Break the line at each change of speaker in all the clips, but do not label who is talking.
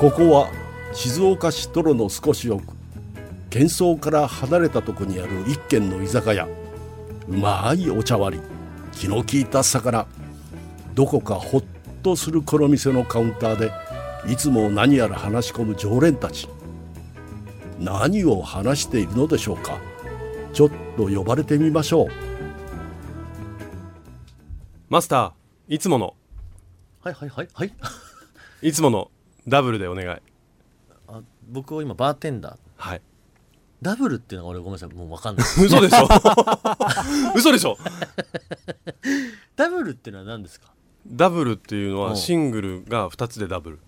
ここは静岡市泥の少し奥喧騒から離れたとこにある一軒の居酒屋うまいお茶割り気の利いた魚どこかほっとするこの店のカウンターでいつも何やら話し込む常連たち何を話しているのでしょうかちょっと呼ばれてみましょう
マスターいつもの
はいはいはいはい
いつものダブルでお願い
あ僕は今バーテンダー
はい
ダブルっていうのが俺ごめんなさいもう分かんない
嘘でしょ 嘘でしょ
ダブルっていうのは何ですか
ダブルっていうの
う
は
ん
シングルが2つでダブル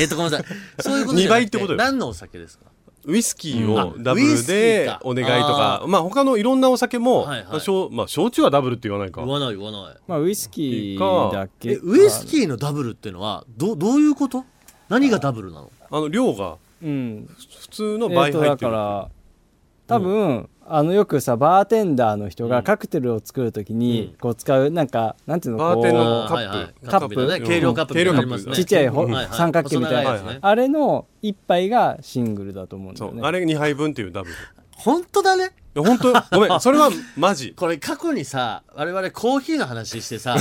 えっとごめんなさいそういうことじ
二
ゃなく
倍ってことよ
何のお酒ですか
ウイスキー
う
を
ん
ダブ
ウイ
ル
スキー
で
か
お願いとか、まあ他のいろんなお酒も、
はいはい
まあ焼まあ、焼酎はダブルって言わないか
言わない言わない
まあウイスキ
か
ーだけ
えウイスキーのダブルっていうのはどどういうこと何がダブルなの
あの量が
うん
普通の
えっ
倍
と
入
だ
って
か
る、
ら多分あのよくさバーテンダーの人がカクテルを作るとき
うん
にこう使うなんかなんていうの
バーテン
こう
の
あー
カップ
はいはい
カップ
のね
うん
軽量カップみたいなのあります
軽量カッ
ね
プ
ちっちゃいほ
うんはいはい
三角形みたい
細長
ない
ですね
あれの一杯がシングルだと思うんだ
そ
よ
う
ね
あれ2杯分っていうダブルい
本当だね
や本 当ごめんそれはマジ
これ過去にさ我々コーヒーの話してさ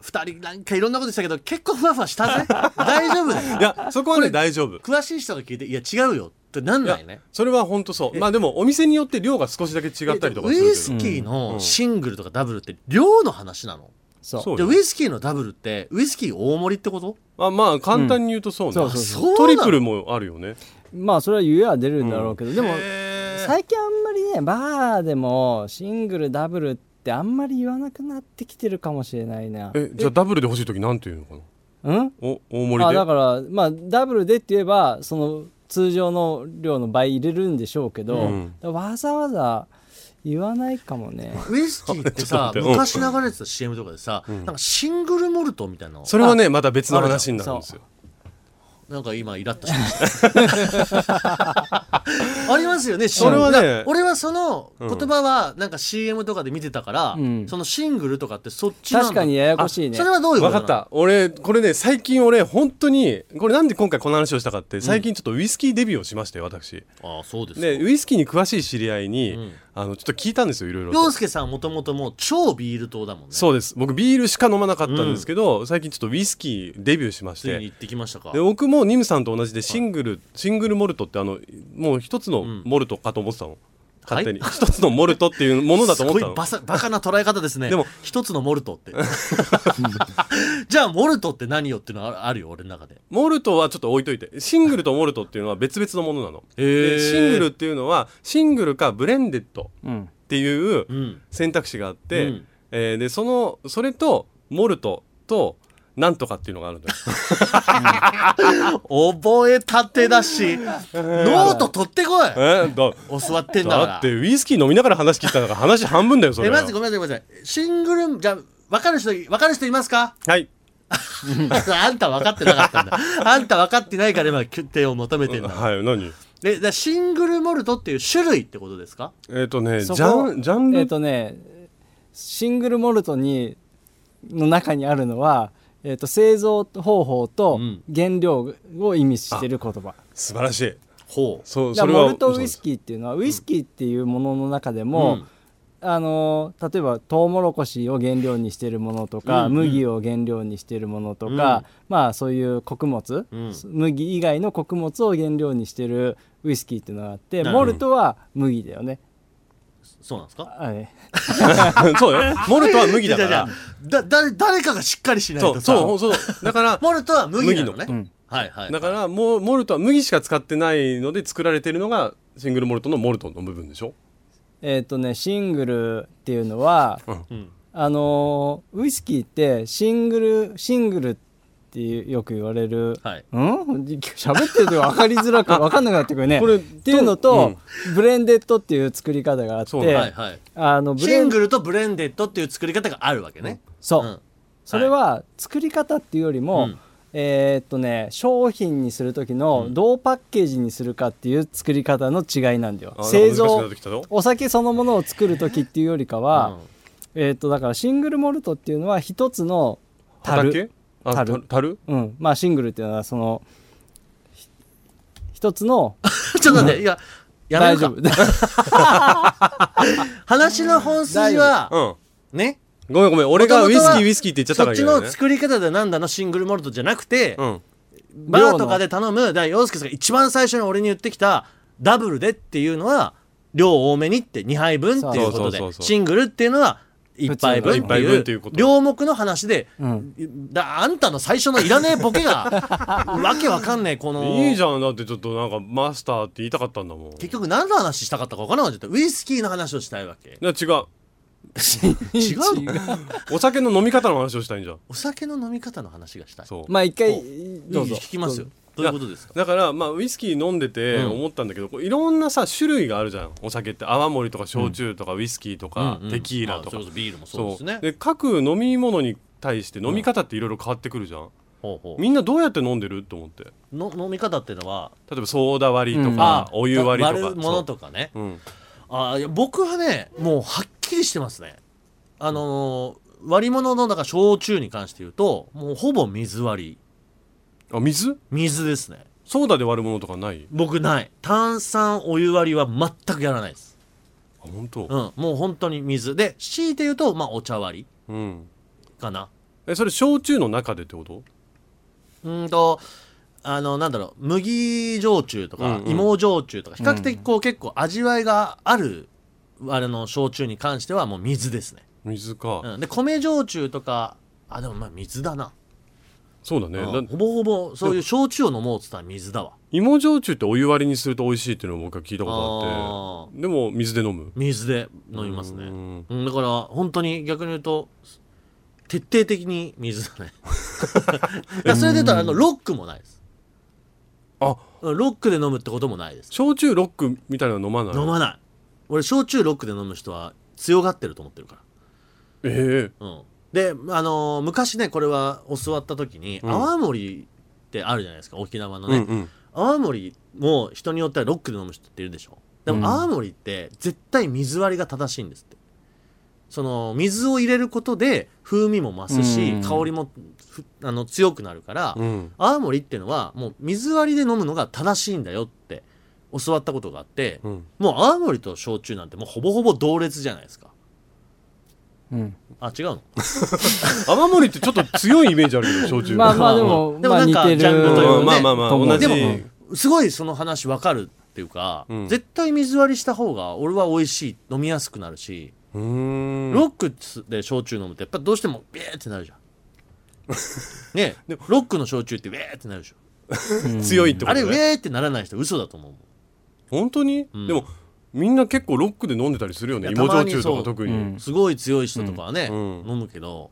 二人なんかいろんなことしたけど結構ふわふわしたぜ大丈夫だよ
いやそこはね大丈夫
詳しい人が聞いて「いや違うよ」ってなんないね
それは本当そうまあでもお店によって量が少しだけ違ったりとか
ウ
する
イ
け
ス
ど
キー
う
の
ん
シングルとかダブルって量の話なの、
そう
そう
で
よ
ウイスキーのダブルってウイスキー大盛りってこと
あまあ簡単に言うとそうね、
うんそうそう
そう
トリプルもあるよね
まあそれは言えは出るんだろうけどでも
へー
最近あんまりねバーでもシングルダブルってあんまり言わなくなってきてるかもしれないな
えじゃあダブルで欲しい時なんて言うのかな
うん
お大盛りで
あだからまあダブルでって言えばその通常の量の倍入れるんでしょうけど、
うん
わざわざ言わないかもね
ウイスキーってさ
ちょっと待
昔流れてた CM とかでさ、なんかシングルモルトみたいなの
それはねまた別の話になるんですよ
なんか今イラッとしま した。ありますよね。
それはね
CM いや俺はその言葉はなんか CM とかで見てたから、
うん
そのシングルとかってそっちなんだ
確かにややこしいね
それはどういうこ
分
と
か
なの
った俺これね最近俺本当にこれなんで今回この話をしたかって最近ちょっとウイスキーデビューをしまして私
ああそうです
で
ね。
ウイスキーに詳しい知り合いに、
ん
あのちょっと聞いたんですよいろいろと
洋介さんもともともう超ビール党だもんね。
そうです僕ビールしか飲まなかったんですけど、最近ちょっとウイスキーデビューしまし
ついに
て
行ってきましたか
で。僕もニムさんと同じでシングル、シングルモルトってあのもう一つのモルトかと思ってたの、勝手に一つのモルトっていうものだと思ってた
すごい
の
バサバカな捉え方で すね。
でも
一つのモル トって。じゃあモルトって何よっていうのはあるよ俺の中で。
モルトはちょっと置いといてシングルとモルトっていうのは別々のものなの、
へー
でシングルっていうのはシングルかブレンデッド
うん
っていう
うん。
選択肢があって、
うん
えーでそのそれとモルトとなんとかっていうのがあ るんだよ
覚えたてだし、ノート取ってこい。
えーだ
教わってんだから。
だってウイスキー飲みながら話聞いたんだから話半分だよそれ
え
は
まずごめんなさいごめんなさいシングルじゃあ分かる人分かる人いますか
はい
あんた分かってなかったんだあんた分かってないから今決定を求めてんだ、
はい何
でだからシングルモルトっていう種類ってことですか
えっ、とねジ
そこ
ャンジャンル、
えっ、とねシングルモルトにの中にあるのは、えっと製造方法と
うん
原料を意味してる言葉、
素晴らしい
ほう
そう
じ
そ
ゃあ
れは
モルトウイスキーっていうのはウイスキーっていうものの中でも、
うん
あのー例えばトウモロコシを原料にしてるものとか、
うん
麦を原料にしてるものとか、
うん
まあそういう穀物、
うん
麦以外の穀物を原料にしてるウイスキーっていうのがあって
なるほ
モ
ど
ルトは麦だよね。
そうなんですか
あれ
そう そうよモルトは麦だか
じゃあ
ら
じゃあだ誰誰かがしっかりしない
そ
と
う
さ
そうそうだから
モルトは麦なのね
麦
のうん
はいはい
だからもうモルトは麦しか使ってないので作られてるのがシングルモルトのモルトの部分でしょ
えっ、とねシングルっていうの は、
うん
あのーウイスキーってシングルシングルってよく言われる、
はい
うん喋ってると分かりづらく分かんなくなってくるね。
これ
っていうのと、ブレンデッドっていう作り方があっ
そうね
て、
はいはい
あのブ
シ
レ
ン
ン
グルとブレンデッドっていう作り方があるわけね、
そう、
うん
それは作り方っていうよりも、
うん
えーっとね商品にする時のどうパッケージにするかっていう作り方の違いなんだよ、
あ
製
なんか難しくな
造
ってきたぞ
お酒そのものを作る時っていうよりかは、
うん
えーっとだからシングルモルトっていうのは一つの樽
畑あ
樽
た樽
うん、まあシングルっていうのはそのひ一つの
ちょっと待って、いや、やめ
大
る
丈
か。
夫
話の本筋は、
うん
ね、
ごめんごめん俺がウイ
元々
ス
は
キーウイスキーって言っちゃった
そ
か
っ
ら
ち
いいよ
の
ね
作り方でなんだのシングルモルトじゃなくて、
うん
バーとかで頼む、だから洋介さんが一番最初に俺に言ってきた、ダブルでっていうのは、量多めにって、2杯分っていう
そう
ことで
そうそうそ、う
シングルっていうのは、1杯分
一杯分
っ
ってて
い
いううこと
両目の話で、
うん
だあんたの最初のいらねえボケが わけわかんねえこの
いいじゃんだってちょっとなんかマスターって言いたかったんだもん
結局何の話したかったかわからなかったウイスキーの話をしたいわけ
な違う
違う
お酒の飲み方の話をしたいんじゃん
お酒の飲み方の話がしたい
そう
まあ一回
お
どうぞ
聞きますよどういうことですか
だからまあウイスキー飲んでて
うん
思ったんだけど、こういろんなさ種類があるじゃんお酒って泡盛とか焼酎とかウイスキーとか、テキーラとか、
まあそれこそビールもそうですね
で各飲み物に対して飲み方っていろいろ変わってくるじゃん、
ほうほう
みんなどうやって飲んでると思って例
の飲み方っていうのは
えばソーダ割りと
うん
か、お湯割りとか
割るものとかね
そううん
あーいや僕はねもうはっきりしてますねあのー割り物の中焼酎に関して言うともうほぼ水割り
あ水
水ですね
ソーダで割るものとかない
僕ない炭酸お湯割りは全くやらないです
あ本当
うんもう本当に水で強いて言うとまあお茶割
うん、
りかな
えそれ焼酎の中でってこと
うーんとあのなんだろう麦焼酎とか
うんうん
芋焼酎とか比較的こう結構味わいがあるあれの焼酎に関してはもう水ですね、
水か、
うん、で米焼酎とかあでもまあ水だな、
そうだね、
うん
だ
ほぼほぼそういう焼酎を飲もうっつったら水だわ
芋焼酎ってお湯割りにすると美味しいっていうのを僕は聞いたことあ
あ
っ
ー
てでも水で飲む
水で飲みますね
うん
うんだから本当に逆に言うと徹底的に水 だねいやそれで言うとあのロックもないです
あ
うんロックで飲むってこともないです
焼酎ロックみたいなの飲まない
飲まない俺焼酎ロックで飲む人は強がってると思ってるか
ええ
らうんで、あのー昔ねこれは教わった時に、
うん
泡盛ってあるじゃないですか沖縄の
う
ね、
んうん
泡盛も人によってはロックで飲む人っているでしょでも泡盛って絶対水割りが正しいんですってその水を入れることで風味も増すし、
うん
香りもふあの強くなるから、
うん
泡盛っていうのはもう水割りで飲むのが正しいんだよって教わったことがあって、
うん
もう泡盛と焼酎なんてもうほぼほぼ同列じゃないですか
うん
あ違うの
泡盛ってちょっと強いイメージあるけど 焼酎
まあまあ
うんで
でも
も
まあ
なん
似
か
てる
ジャンルというかね
うんまあまあまあ
と思う
同じ
でも
うん
すごいその話わかるっていうか、
うん
絶対水割りした方が俺は美味しい飲みやすくなるし、
うーん
ロックで焼酎飲むとやっぱどうしてもビーってな るじゃんねえロックの焼酎ってウェーってなるでしょ
強いってこ
あ
と
れ
ね
ウェーってならない人嘘だと思うもん
本当に、
ん
でもみんな結構ロックで飲んでたりするよね
いや
芋
たまに
焼酎とか特に、
そううん
すごい強い人とかはね、
うん
飲むけど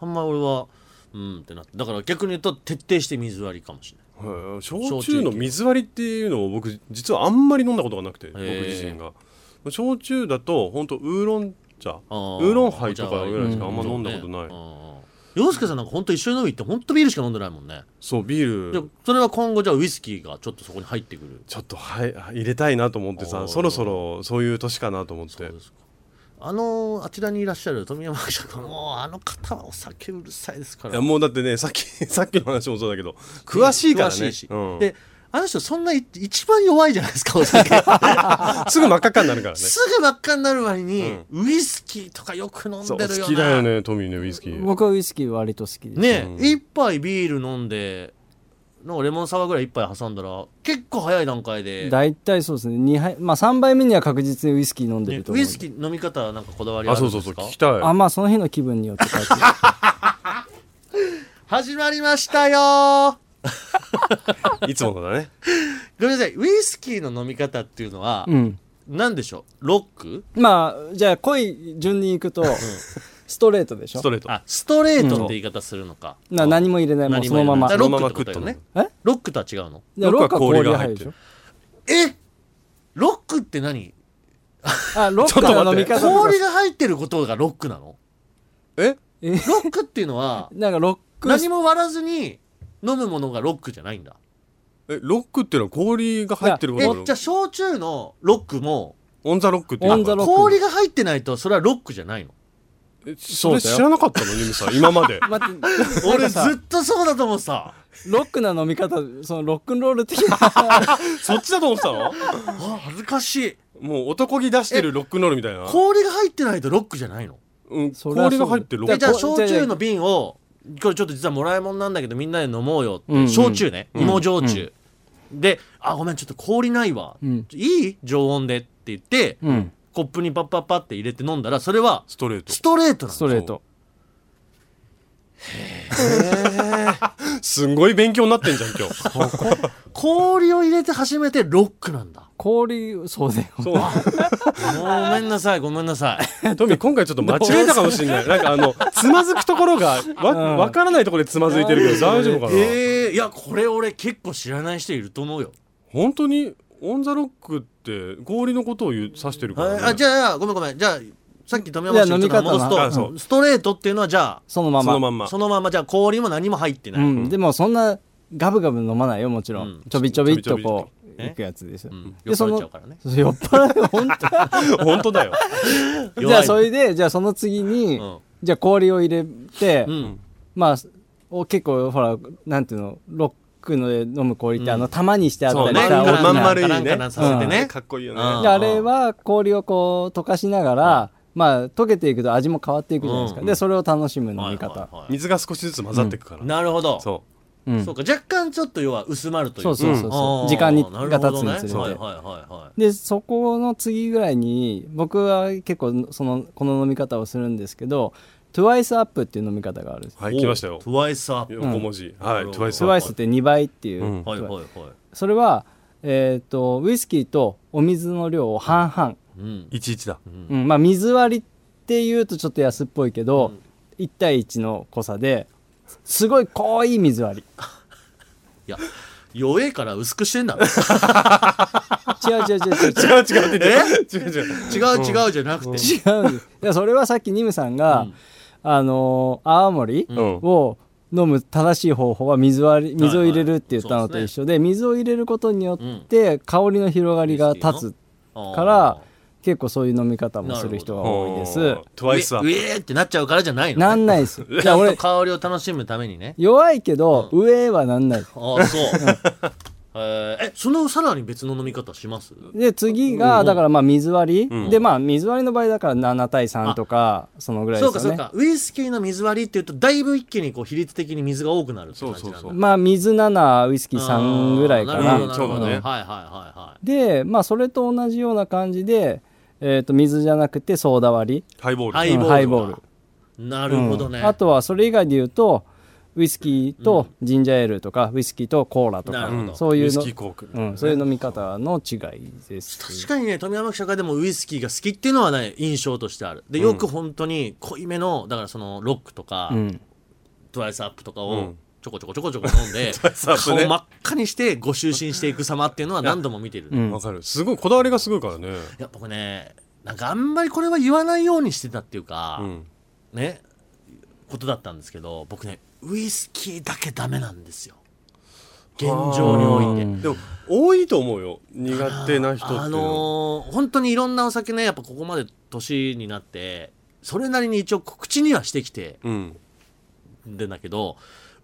あんま俺はうんってなってだから逆に言うと徹底して水割りかもしれない
へー焼酎の水割りっていうのを僕実はあんまり飲んだことがなくて僕
へー
自身が焼酎だと本当ウーロン茶
あー
ウーロンハイとかぐらいしか
お
あんま
茶割り
飲んだことない、
うんうんうん洋介さんなんか本当一緒に飲み行って本当ビールしか飲んでないもんね、
そうビー
じゃあ
ル
それは今後じゃあウイスキーがちょっとそこに入ってくる
ちょっとはい入れたいなと思って
あー
さそろそろそういう年かなと思って
そうですかあのあちらにいらっしゃる富山伯爵もうあの方はお酒うるさいですか
い
ら
やもうだってねさっき さっきの話もそうだけど詳しいからね
詳しいし
うん
であの人そんない一番弱いじゃないですかお 酒
すぐ真っ赤っかになるからね
すぐ真っ赤になる割に、ウイスキーとかよく飲ん
そう
でるよな
好きだよねトミーねウイスキー
僕はウイスキー割と好きです
ね
うん
一杯ビール飲んでなんかレモンサワーぐらい一杯挟んだら結構早い段階で
大体そうですね二杯まあ3杯目には確実にウイスキー飲んで
ね
ると
ウ
思う
イ
ん
ス
で
キー飲み方はなんかこだわりあ
あ
るん
そ
で
うそうそ
す
う
か
聞きたい
あまあその日の気分によって変えてる
始まりましたよー
いつものだね
ごめんなさいウイスキーの飲み方っていうのは、
うん
なんでしょうロック
まあじゃあ濃い順にいくとストレートでしょ
ストレート
あストレートって言い方するのか、
な何も入れないもう
何
そ
も入
の
れ
まま
ない
そのま
ロ
ま
ッ
食
クっ
ってて
こ
る
とね
え
ロックとは違うの
じゃあロックは氷が入るでしょ
えロックって何
あロックの飲み方とか
氷が入ってることがロックなの
え
え
ロックっていうの は
なんかロック
何も割らずに飲むものがロックじゃないんだ
えロックっていうのは氷が入ってる
え
こ
じ
とだろ
ゃあ焼酎のロックも
オンザロックっていう
オンザロック
氷が入ってないとそれはロックじゃないの
えそれ
そうだよ
知らなかったのユミさん今まで
待ってなんかさ
俺ずっとそうだと思ってた
ロックな飲み方そのロックンロール的な
そっちだと思ってたの
あ恥ずかしい
もう男気出してるロックンロールみたいな、
氷が入ってないとロックじゃないの
うん、
そりゃそうだ
氷が入ってるロ
だ
ッ
え
か
ク
じゃあ焼
じゃあ
酎の瓶をこれちょっと実はもらい物なんだけどみんなで飲もうよって、
うんうん
焼酎ね芋焼酎、で「あごめんちょっと氷ないわ、
うん
いい常温で」って言って、
うん
コップにパッパッパって入れて飲んだらそれは
ストレート
ストレートな
ストレート
すんごい勉強になってんじゃん今日そう
の氷を入れて初めてロックなんだ
氷そうだよ
ごめんなさいごめんなさい
トミー今回ちょっと間違えたかもしれないなんかあのつまずくところがわ
うん
わからないところでつまずいてるけど大丈夫かな、
えー、いやこれ俺結構知らない人いると思うよ、
本当にオン・ザ・ロックって氷のことを言う指してるから、ね、
ああじゃあごめんごめんじゃあさっき富山市
い
の
や飲み
人
方
が戻
な
すと
あそう
うんストレートっていうのはじゃあ
そのま
そ
ま
のまんま
そのままじゃあ氷も何も入ってない、
うん、でもそんなガブガブ飲まないよもちろん、
うん
ちょびちょびっ
ちょ
とこ
びちょびっ
う
とね
いくやつですよ、
うん
でその
酔っ払っちゃうからね
そう酔っ払う本 当
本当だよ
じゃあそ
いう
れでじゃあその次に、
うん
じゃあ氷を入れて、
うん
まあお結構ほらなんていうのロックので飲む氷って、あの玉にしてあった
そう
り
ねま
さ、
ん
大きな
まん丸いね
なんかなんかさせてね
かっこいいよね、
うん
であれは氷をこう溶かしながら、まあ溶けていくと味も変わっていくじゃないですか、
うん
でそれを楽しむ飲み方、
はいはいはい
水が少しずつ混ざっていくから、
なるほどそ
そう
う,、
ん
か若干ちょっと要は薄まるという
そうそうそうそう時間にが経つにつれて、
はいはいはいはい
でそこの次ぐらいに僕は結構そのこの飲み方をするんですけど TWICE アップっていう飲み方があるんです
うはい来ましたよ
トゥワイスアップ
横文字、はいトゥワイス
TWICE って2倍っていう、
うん
はいはいはい
それは、えー、とウイスキーとお水の量を半々、
うん
11だ
うんまあ、水割りっていうとちょっと安っぽいけど、1対1の濃さですごい濃い水割り
いや弱えから薄くしてんだ
違う違
違う違う違う違う
うって 違う違う
違う違うじゃなくて
違うん ですいやそれはさっきニムさんが、あのー泡盛り、
うん
を飲む正しい方法は水割り水を入れるって言ったのと一緒で水を入れることによって香りの広がりが立つから結構そういう飲み方もする人が多いです
トゥワイスアッ
ウ
プ
ェーってなっちゃうからじゃないの
なんない いです
じゃあ俺
俺
香りを楽しむためにね
弱いけど上はなんない
ああそう えーえそのさらに別の飲み方します
で次がだからまあ水割
う
り
ん
でまあ水割りの場合だから7対3とかそのぐらい
そ
で
うか
す
そ
よ
う
ね
かウイスキーの水割りっていうとだいぶ一気にこう比率的に水が多くなるって感じなんだ
そうそうそう
まあ水7ウイスキー3ぐらいか
あー
な
るほどるほど
そうだね
はいはいはいは
でまあそれと同じような感じでえーと水じゃなくてソーダ割り
ハイボール
ハ
うん
ハ
ハ
イ
イ
ボ
ボ
ー
ー
ル
ル
いなるほどね、
うんあとはそれ以外で言うとウイスキーとジンジャーエールとか、ウイスキーとコーラと
な
か
るほど
そうい
ウ
う
イス
の
キー、コーク、
うん、そういう飲み方の違いです
確かにね富山記者会でもウイスキーが好きっていうのはね印象としてあるでよく本当に濃いめのだからそのロックとか、
うん
トゥワイスアップとか
う
を
ん
ちょこちょこちょこちょこ飲ん で、
イスアップ
顔
ね
真っ赤にしてご就寝していく様っていうのは何度も見てる、
うん
わかるすごいこだわりがすごいからね
やっぱ僕ねなんかあんまりこれは言わないようにしてたっていうか、
うん
ねことだったんですけど僕ねウイスキーだけダメなんですよ現状において
うん
でも多いと思うよ苦手な人っていうのは
あのー本当にいろんなお酒ねやっぱここまで年になってそれなりに一応口にはしてきて
うん
んだけど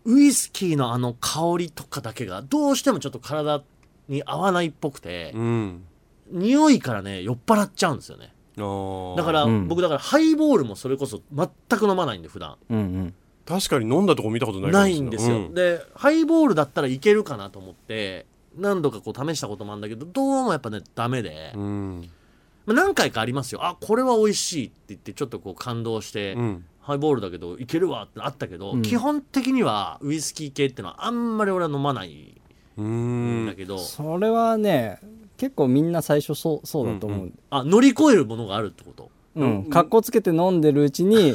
ウイスキーのあの香りとかだけがどうしてもちょっと体に合わないっぽくて、
うん
匂いからね酔っ払っちゃうんですよね
あー
だから、
うん
僕だからハイボールもそれこそ全く飲まないんで普段
うんうん
確かに飲んだとこ見たことないかも
な
しれ
いんですよ、
うん
でハイボールだったらいけるかなと思って何度かこう試したこともあるんだけどどうもやっぱねダメで、
うん
まあ何回かありますよあこれは美味しいって言ってちょっとこう感動して、
うん
ハイボールだけどいけるわってあったけど、
ん
基本的にはウイスキー系ってのはあんまり俺は飲まない
うんん
だけど、
それはね結構みんな最初そうそうだと思う、
う
うんん
あ乗り越えるものがあるってこと
かっこつけて飲んでるう ちに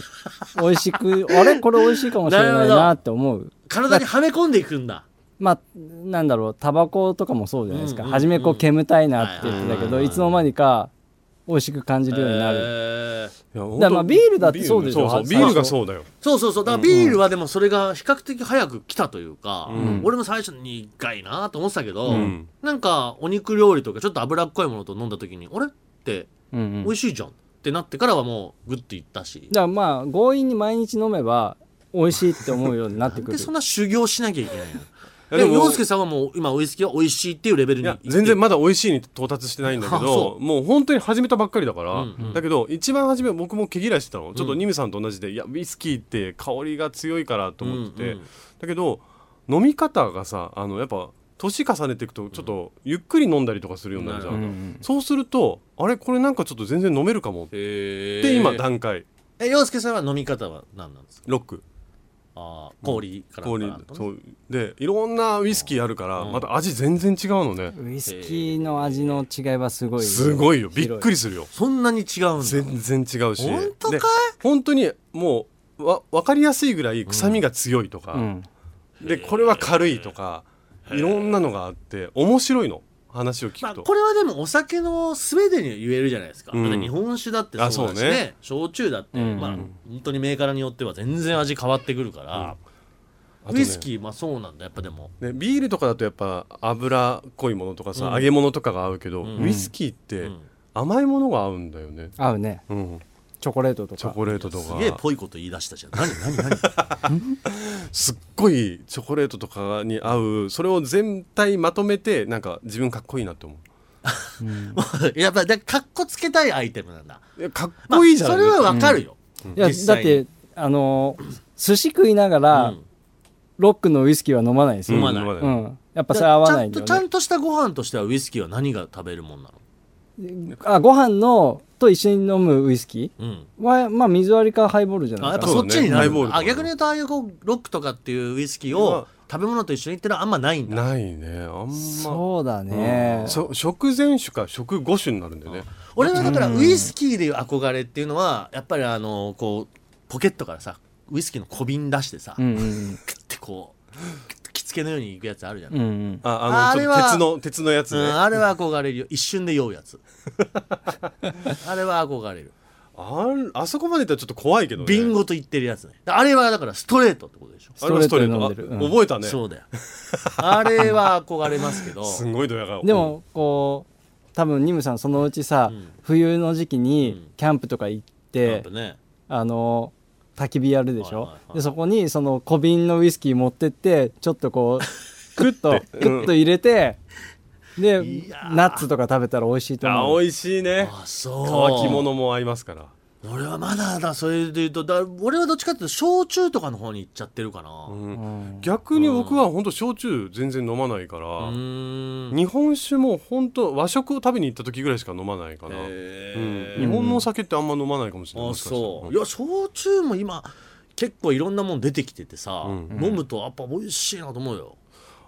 美味しくあれこれ美味しいかもしれないなって思う
体にはめ込んでいくんだ
まあなんだろうタバコとかもそうじゃないですか、
うんうんうん
初めこう煙たいなって言ってたけ
は
ど
い
いつの間にか美味しく感じるようになる、
えー
いや
だからまあ
本当
ビールだってそうでしょ
ビールそうそう
最初
ビールがそうだよ
そうそうそうだからビールはでもそれが比較的早く来たというか、
うん
俺も最初に苦いなと思ってたけど、
ん
なんかお肉料理とかちょっと脂っこいものと飲んだ時にあれって
うんうん
美味しいじゃん、ってなってからはもうグッていったし
じゃあまあ強引に毎日飲めば美味しいって思うようになってく
で
る
そんな修行しなきゃいけない の
や
で
で
も
も
洋介さんはもう今ウイスキーは美味しいっていうレベル
い
に
や全然
ま
まだ美味しいに到達してないんだけ
あそ
どもう本当に始めたばっかりだから、
うんうん
だけど一番初め僕も毛嫌いしてたのちょっとニムさんと同じで、いやウイスキーって香りが強いからと思ってて、
うんうん
だけど飲み方がさあのやっぱ年重ねていくとちょっとゆっくり飲んだりとかするようになるじゃん、
なる
そうするとあれこれなんかちょっと全然飲めるかもって
で
今段階
え洋介さんは飲み方は何なんですか
ロック
あー氷から
氷
バーッとね
そうでいろんなウイスキーあるからまた味全然違うのね
ウイスキーの味の違いはすごい
すごいよびっく
り
りするよ
そんなに違うんだ
全然違うし
本当かい
で本当にもうわ分かりやすいぐらい臭みが強いとか、
うん
でこれは軽いとかいろんなのがあって面白いの話を
ま
聞
あ、
くと、
これはでもお酒の全てに言えるじゃないですか、
うん
だって日本酒だってそうだしね
あそうね
焼酎だって、
うん
まあ、本当にメーカーによっては全然味変わってくるから、
あと
ウ
ね
イスキーまあそうなんだやっぱでも
ね、ビールとかだとやっぱ脂っこいものとかさ、
うん
揚げ物とかが合うけど、
うん
ウイスキーって
うん
甘いものが合うんだよね、
合うね
うん、
チョコレートと
チョ
か
コレートとか
すげえぽいこと言い出したじゃん何何何
すっごいチョコレートとかに合うそれを全体まとめてなんか自分かっこいいなって思
やっぱだかっこつけたいアイテムなんだ、
ういやかっ
まあ
こいいじゃん、
それはわかるよ、
いや
実
だっ
際に
てあのー寿司食いなが
う
ら、
ん
ロックのウイスキーは飲まないですよ、
飲
う
ま
ん
ない
やっぱそれ合わないん
ちゃん
だよ
とちゃ
ね
んとしたご飯としてはウイスキーは何が食べるもんなの
あご飯のと一緒に飲むウイスキ
うん
ーはまあ水割りかハイボールじゃ
あ
な
や
い
っ
か
ぱ
な
そっちになるん
そうだねハイボール
だ
とか
あ逆に言うとああいうこうロックとかっていうウイスキーを食べ物と一緒にってのはあんまないんだ
ないねあんま
そうだね、
そ食前酒か食後酒になるんだよね
俺はだからウイスキーでいう憧れっていうのはやっぱりあのこうポケットからさウイスキーの小瓶出してさ、
うんうん
クッてこうクッて着付けのようにいくやつあるじゃない、
うんうん
ああの
あれ
ち
は
ょっと鉄の鉄のやつ
う
ね、
んあれは憧れるよ一瞬で酔うや つあれは憧れる
ああそこまでいったらちょっと怖いけどね
ビンゴと言ってるやつねあれはだからストレートってことでしょ
ストレートで飲んでる
あ
うん
覚えたね
そうだよあれは憧れますけど
すごいドヤ顔
でもこう多分ニムさんそのうちさ、
うん
冬の時期
うん
にキャンプとか行っ
やってぱ、ね
あの焚き火やるでしょ、
はいはいはい
でそこにその小瓶のウイスキー持ってってちょっとこ うクッと
て
クッと入れて、で
いやー
ナッツとか食べたら美味しいと
あ
思う
美味しいね
あそう
乾き物も合いますから
俺はまだだそれで言うとだ俺はどっちかっていうと焼酎とかの方に行っちゃってるかな
う
うん
うん
逆に僕は本当焼酎全然飲まないから、
ーん
日本酒も本当和食を食べに行った時ぐらいしか飲まないかな、
へ
うん、
ー
日本のお酒ってあんま飲まないかもしれない
あ
もしかしたら
そういや焼酎も今結構いろんなもん出てきててさ、
うん
飲むとやっぱ美味しいなと思うよ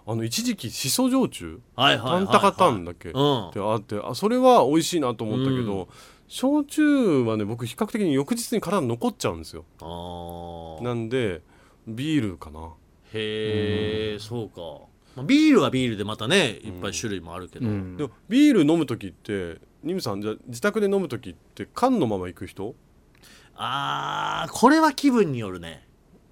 あの一時期しそ焼酎
はい
タ
はいはい、はい、
ンタカタンだっけ、
うん
ってあってあそれは美味しいなと思ったけど、焼酎はね僕比較的に翌日に体に残っちゃうんですよ
ああ
なんでビールかな
へえ、そうか、まあ、ビールはビールでまたねいっぱい種類もあるけど、
うん
でもビール飲む時ってニムさんじゃあ自宅で飲む時って缶のまま行く人
あーこれは気分によるね、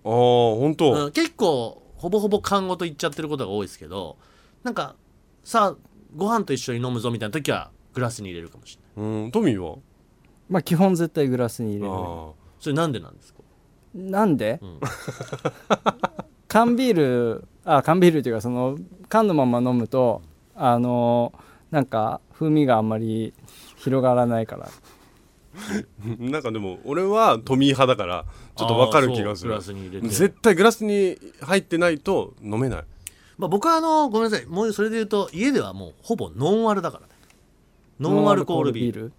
ああ本当、
うん、結構ほぼほぼ缶ごといっちゃってることが多いですけどなんかさあご飯と一緒に飲むぞみたいな時はグラスに入れるかもしれない
うん、トミーは
まあ基本絶対グラスに入れるね
あ
それなんでなんですか
なんで、
ん
缶ビールあ缶ビールっていうかその缶のまま飲むとあのなんか風味があんまり広がらないから
ー なんかでも俺はトミー派だからちょっとわかる気がする
あーそうグラスに入れて
絶対グラスに入ってないと飲めない
まあ、僕はあのごめんなさいもうそれで言うと家ではもうほぼノンアルだからねノンアルコールビール
ル、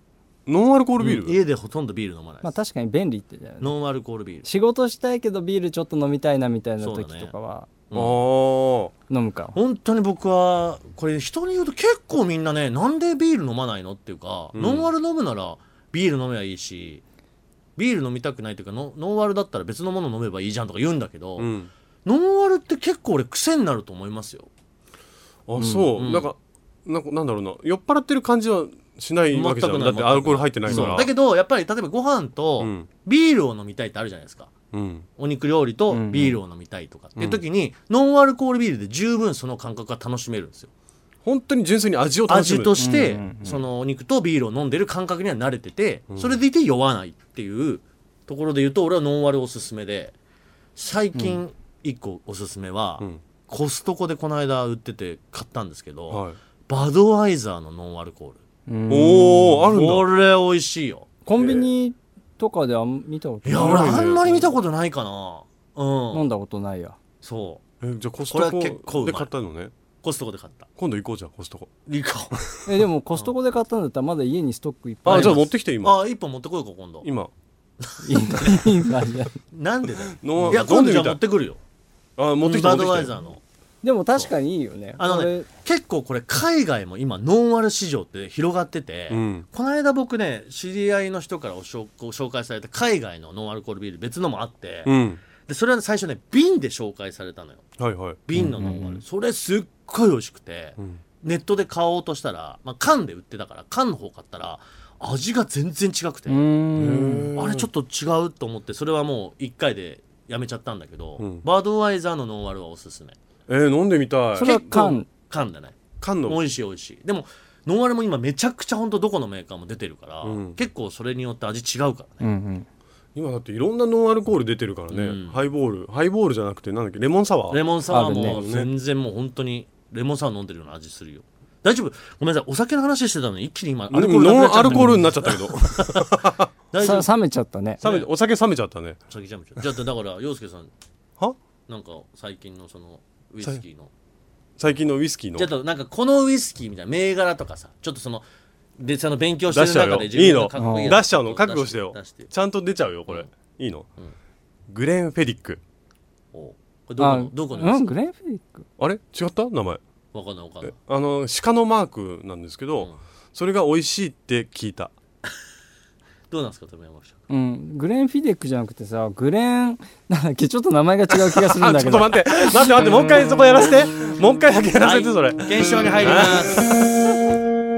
ノンアルコールビール、
家でほとんどビール飲まないです、
まあ、確かに便利ってだよね
ノンアルコールビール
仕事したいけどビールちょっと飲みたいなみたいな
そうだ
時
ね
とかは
あー
飲むか、
本当に僕はこれ人に言うと結構みんなねなんでビール飲まないのっていうか、
うん
ノンアル飲むならビール飲めばいいしビール飲みたくないっていうかノノンアルだったら別のもの飲めばいいじゃんとか言うんだけど、
うん
ノンアルって結構俺癖になると思いますよ
あそう、
うん
なんかなんかなんだろうな酔っ払ってる感じはしないわけじゃ
全
ん
くな
だ
い
ってアルコール入ってないか
そう
ら
だけどやっぱり例えばご飯と
うん
ビールを飲みたいってあるじゃないですか、
うん
お肉料理と
うんうん
ビールを飲みたいとかっていう時に、ノンアルコールビールで十分その感覚が楽しめるんですよ、
本当に純粋に味を楽しむ
味とし
うん
て
うんうん
そのお肉とビールを飲んでる感覚には慣れててそれでいて酔わないっていうところで言うと俺はノンワルおすすめで最近一個おすすめは
うん
コストコでこの間売ってて買ったんですけど
はい、
バドワイザーのノンアルコール
おおあるんだ
これ美味しいよ
コンビニとかでは見たこと
いや
ない
俺あんまり見たことないかなう
飲
ん
んだことないや
そ
えじゃあコス
これは結
ト
構う
コ
まい
で買ったのね
うコストコで買った
今度行こうじゃんコストコ
いいか
えでもコストコで買ったんだったらまだ家にストックいっぱい
あじゃあ
り
持
ま
ってきて今
あ一本持ってこいよ今度
今
す いい感じだ
なんでだよ
ノン
いや
飲
今
んで
度じゃ
み
あ持
た
っ
い
てくるよ
あ持ってきて
バ
持って
ド
き
ワ
て
イザーの
でも確かにいいよね
あのね結構これ海外も今ノンアル市場って広がってて、
うん
この間僕ね知り合いの人からおしょご紹介された海外のノンアルコールビール別のもあって、
うん
でそれは最初ね瓶で紹介されたのよ
はいはい
瓶のノンアル、それすっごい美味しくて、
ん
ネットで買おうとしたら、まあ、缶で売ってたから缶の方買ったら味が全然違くて、
うーん
あれちょっと違うと思ってそれはもう1回でやめちゃったんだけど、
うん
バードワイザーのノンアルはおすすめ
えー、飲んでみたい
それは缶
缶だね
缶の
美味しい美味しいでもノンアルも今めちゃくちゃ本当どこのメーカーも出てるから、
うん
結構それによって味違うからね
うんうん
今だっていろんなノンアルコール出てるからね、
うん
ハイボールハイボールじゃなくてなんだっけレモンサワー
レモンサワー
あ
も
るね
全然もう本当にレモンサワー飲んでるような味するよ大丈夫ごめんなさいお酒の話してたのに一気に今
でもノンアルコールになっちゃ
っ
ったけど
た大丈夫
さ冷めちゃったね
冷めお酒冷めちゃったね
お酒ちゃめちゃじゃあだから洋介さん
は
なんか最近のそのウイスキーの
最近のウイスキーの
ちょっとなんかこのウイスキーみたいな銘柄とかさちょっとそのでその勉強して
出し
る
ちゃう
中
よ
で
いいの
かっこや
出
つ
しちゃうの覚悟してよ
出して
ちゃんと出ちゃうよこれ、いいの、
ん
グレーン・フェディック
おうこれどこ
あ
のどこの
う
や
ん
つ
グレーンフェリック
あれ違った名前
わかんないわかんない
あの鹿のマークなんですけど、
うん
それが美味しいって聞いた
どうなんですか富山社
うんグレーンフィデックじゃなくてさグレーン なんだっけちょっと名前が違う気がす るんだ
ちょ
け
っと
ど
待って待って待ってもう一回そこやらせてもう一回だけやらせてそれ、
検証に入ります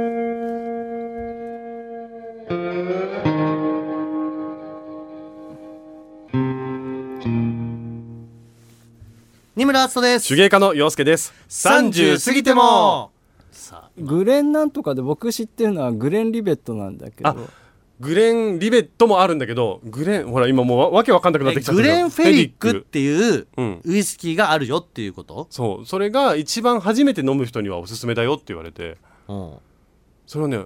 二村敦人です
手芸家の洋介です30過ぎても
さあ
グレーンなんとかで僕知ってるのはグレーンリベットなんだけど
あグレン・リベットもあるんだけどグレンほら今もうわわけわかんなくなってきちゃった
グ
けど
レーンフェリックっていう
うん
ウイスキーがあるよっていうこと、
そうそれが一番初めて飲む人にはおすすめだよって言われてそれはね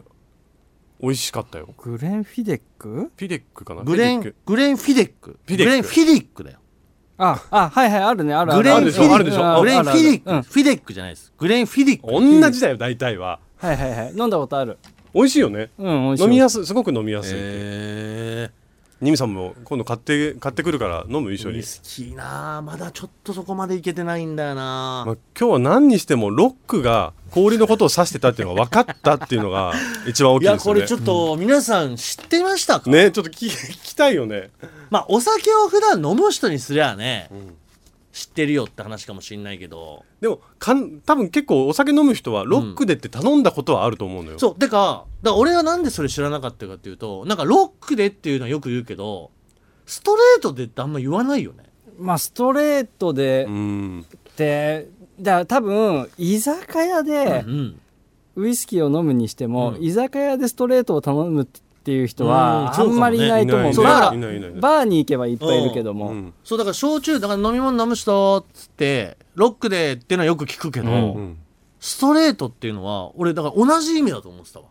美味しかったよ
グレーンフィデック
フィデックかな
グレー
フィデッ
ン
ク
グレーンフィデック
フィデック
グレーンフィデックだよ
ああはいはいあるねあるある
グレーン
ある
フィデック
あるでしょあ
グレーンフィデック、
うん
フィデックじゃないですグレーンフィデック
同じだよ大体は
はいはいはい飲んだことある
美味しいよね
うん美味しい
飲みやすいすごく飲みやすいって
へえ
ニミさんも今度買って買ってくるから飲む一緒
ウ
に
イ、スキーなあまだちょっとそこまでいけてないんだよな、
まあ、今日は何にしてもロックが氷のことを指してたっていうのが分かったっていうのが一番大き
い
いで
や
すよ
こ
ね
れちょっと皆さん知ってましたか、
ねちょっと聞き聞きたいよね
まあお酒を普段飲む人にすりゃあね、知ってるよって話かもしんないけど
でもかん多分結構お酒飲む人はロックでって頼んだことはあると思うのよ、
そうてかだから俺がなんでそれ知らなかったかっていうとなんかロックでっていうのはよく言うけどストレートでってあんま言わないよね
まあストレートで
うん
ってだから多分居酒屋で
うん
ウイスキーを飲むにしても、
うん
居酒屋でストレートを頼むっていう人
うん
はあ
そうんかもね
まりいないと思う,、
そう
バ
い
ー
ないいないいない
バーに行けばいっぱいいるけども、
うん
そうだから焼酎だから飲み物飲む人っつってロックでっていうのはよく聞くけど、
うん
うん
ストレートっていうのは俺だから同じ意味だと思ってたわ、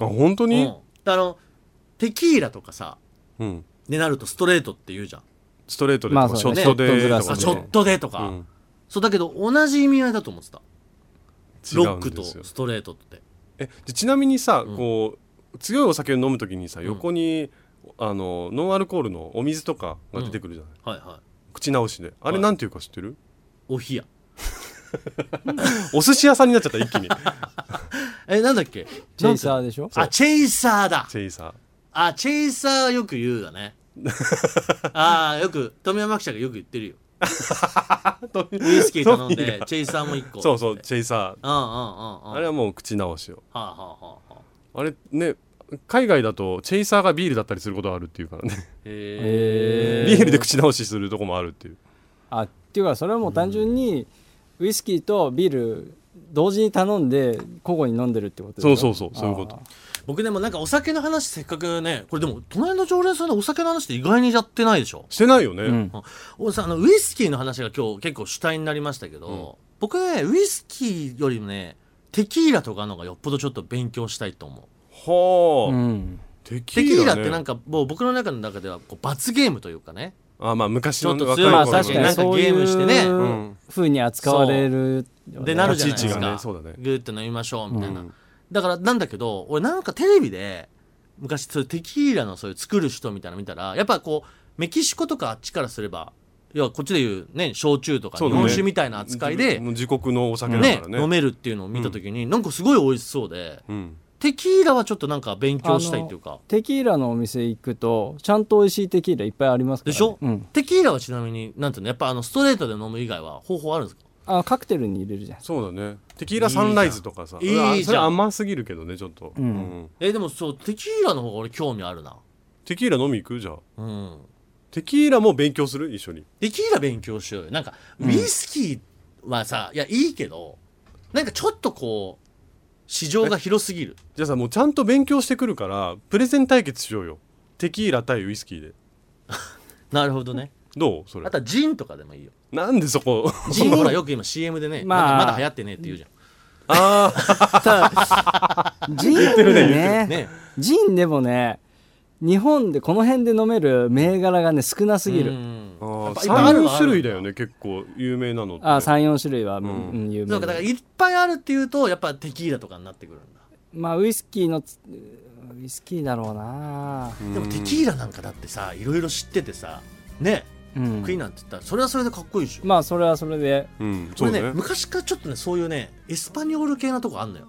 あ本当
うん、
に
だからあのテキーラとかさ
うん、
になるとストレートって言うじゃん
ストレートで
ま
とか
あそう
ショッ
ね
トでとか、
ショットグラス
あ
で
ちょっとでと
う
か、
ん
そうだけど同じ意味合いだと思ってた
違
ロ
う
ッ
ん
ク
で
と
すよ
ストレートって
えでちなみにさ、
うん
こう強いお酒を飲むときにさ
ん
横に、あのノンアルコールのお水とかが出てくるじゃない、
はいはい
口直しであ
は
れ
い
なんていうか知ってる、
お冷や
お寿司屋さんになっちゃった一気 に
えなんだっけ
チェイサーでしょ
あチェイサーだ
チェイサ
あチェイサーはよく言うだねああよく富山記者がよく言ってるよウイスキー頼ん
トミ
でチェイサーも一個
ーそうそうチェイサー
うんうんうんうん
あれはもう口直しよ
はあはあはあはあ
あれね海外だとチェイサーがビールだったりすることあるっていうからね、
へ
ビールで口直しするとこもあるっていう
あっていうかそれはもう単純にウイスキーとビール同時に頼んで交互に飲んでるってこと
そう
です
そ
か
うそうそういうこと
僕でもなんかお酒の話せっかくねこれでも隣の常連さんのお酒の話って意外にやってないでしょ
してないよね、
うん
おさあのウイスキーの話が今日結構主体になりましたけど、僕ねウイスキーよりもねテキーラとかの方がよっぽどちょっと勉強したいと思う
はあ、
うん
テキ
テキー
ーラ,、
ラ
ね、
ってなんかもう僕の中の中ではこう罰ゲームというかね
あまあ昔
ちょ
の
っ
若
と
い
強い
頃
まあ
の
確かに
ね
そう
ゲームしてね
いううん風に扱われるよね
でなるじゃないで
立
す
ち位置
か、
がねそうだね
グーって飲みましょうみたいな、
うん
だからなんだけど俺なんかテレビで昔そういうテキーラのそういう作る人みたいなの見たらやっぱこうメキシコとかあっちからすれば要はこっちでいうね焼酎とか
そう
日
だね
本酒みたいな扱いで
もう自国のお酒だ
ね
からね
飲めるっていうのを見た時に、なんかすごい美味しそうで
うん、
テキーラはちょっとなんか勉強したいっていうか
テキーラのお店行くとちゃんと美味しいテキーラいっぱいありますから、ね、
でしょ
うん、
テキーラはちなみになんていうのやっぱあのストレートで飲む以外は方法あるんですか
あカクテルに入れるじゃん
そうだねテキーラサンライズとかさ
いいじゃん
うわ
いいじゃん
それ甘すぎるけどねちょっと、
うん
えでもそうテキーラの方が俺興味あるな
テキーラ飲み行くじゃあ
うん
テキーラも勉強する一緒に
テキーラ勉強しようよなんかウイスキーはさ、いやいいけどなんかちょっとこう市場が広すぎる
じゃあさもうちゃんと勉強してくるからプレゼン対決しようよテキーラ対ウイスキーで
なるほどね
どうそれ
あとはジンとかでもいいよ
なんでそこ
ジンほらよく今 CM でね、
まあ
まだまだ流行ってねえって言うじゃん
ああ
ジンね
ね
ジンでもね日本でこの辺で飲める銘柄がね少なすぎ
う
る
んやっぱいっぱいある
34
のはある
種類だよね結構有名なのって
あ34種類は、うんんうん有
そ
名
うかだから
で
いっぱいあるっていうとやっぱテキーラとかになってくるんだ
まあウイスキーのつウイスキーだろうな
でもテキーラなんかだってさいろいろ知っててさね
うん
クイなんて言ったらそれはそれでかっこいいでしょ
まあそれはそれで
うんそ
これ
う
ね
ね
昔からちょっとねそういうねエスパニョール系なとこあんのよ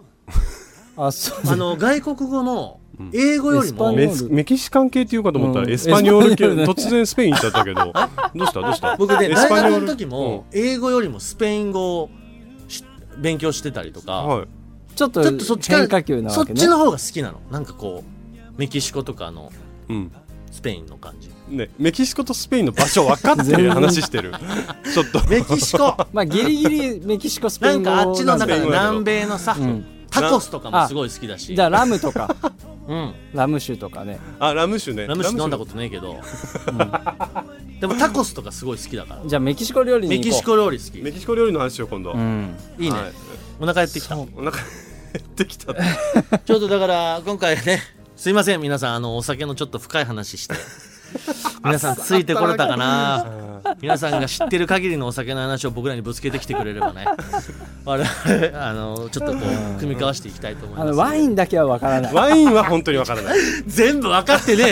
あそう
あの外国語の英語よりも、
うん
メスメキシカン系っていうかと思った
う
ら
ん
エスパニョール系、
エスパニョールね
突然スペイン行っちゃったけどどうしたどうした
僕ね
エ
大
スパニョー
学
ル
の時も英語よりもスペイン語をし勉強してたりとか、
はい
ちょっと
ちょっとそっちから
変化球な
そ
わ
っ
けね
ちの方が好きなのなんかこうメキシコとかの
うん
スペインの感じ
ねメキシコとスペインの場所分かってる話してるちょっと
メキシ コ
まあギリギリメキシコスペ
な
イン
ん
語
かあっちの中
スペイ
で
ン語
南米のさ、
うん
タコスとかもすごい好きだし
じゃあラムとか
うん、
ラム酒とかね
あラム酒ね
ラム酒飲んだことねえけど、でもタコスとかすごい好きだから
じゃあメキシコ料理
メ
に行こう
キシコ料理好き
とメキシコ料理の話よ今度、
うん
いいね、
はい
お腹減ってきた
お腹減ってきた
ちょっとだから今回ねすいません皆さんあのお酒のちょっと深い話して皆さんついてこれたかな皆さんが知ってる限りのお酒の話を僕らにぶつけてきてくれればね我々あのちょっとこう組み交わしていきたいと思い
あ
ます
のワインだけはわからない
ワインは本当にわから ない
全部分かって ねえ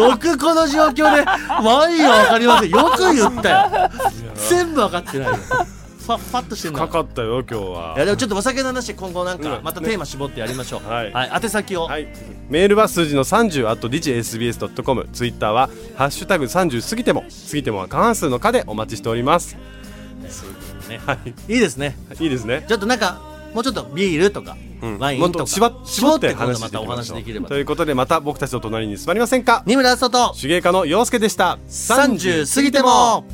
よよくこの状況でワインは分かりませんよく言ったよ全部分かってないよファファッとしてん
か
の
かったよ今日はい
やでもちょっとお酒の話今後なんか
うん
またテーマ絞ってやりましょう、
はい
はい、宛先を、
はい、メールは数字の30 at digsbs.com ツイッターは「ハッシュタグ #30 過ぎても過ぎても」は過半数の「か」でお待ちしております
ね
はい
いいですね
いいですね
ちょっとなんかもうちょっとビールとか、
うん
ワイン
もっ
とか
と絞絞って
絞って
話
ま
して
た
い
お
きま
話
しょ
できれ
う
ば
ということでまた僕たちの隣に座りませんか
二村敦人と
手芸家の洋介でした
30過ぎても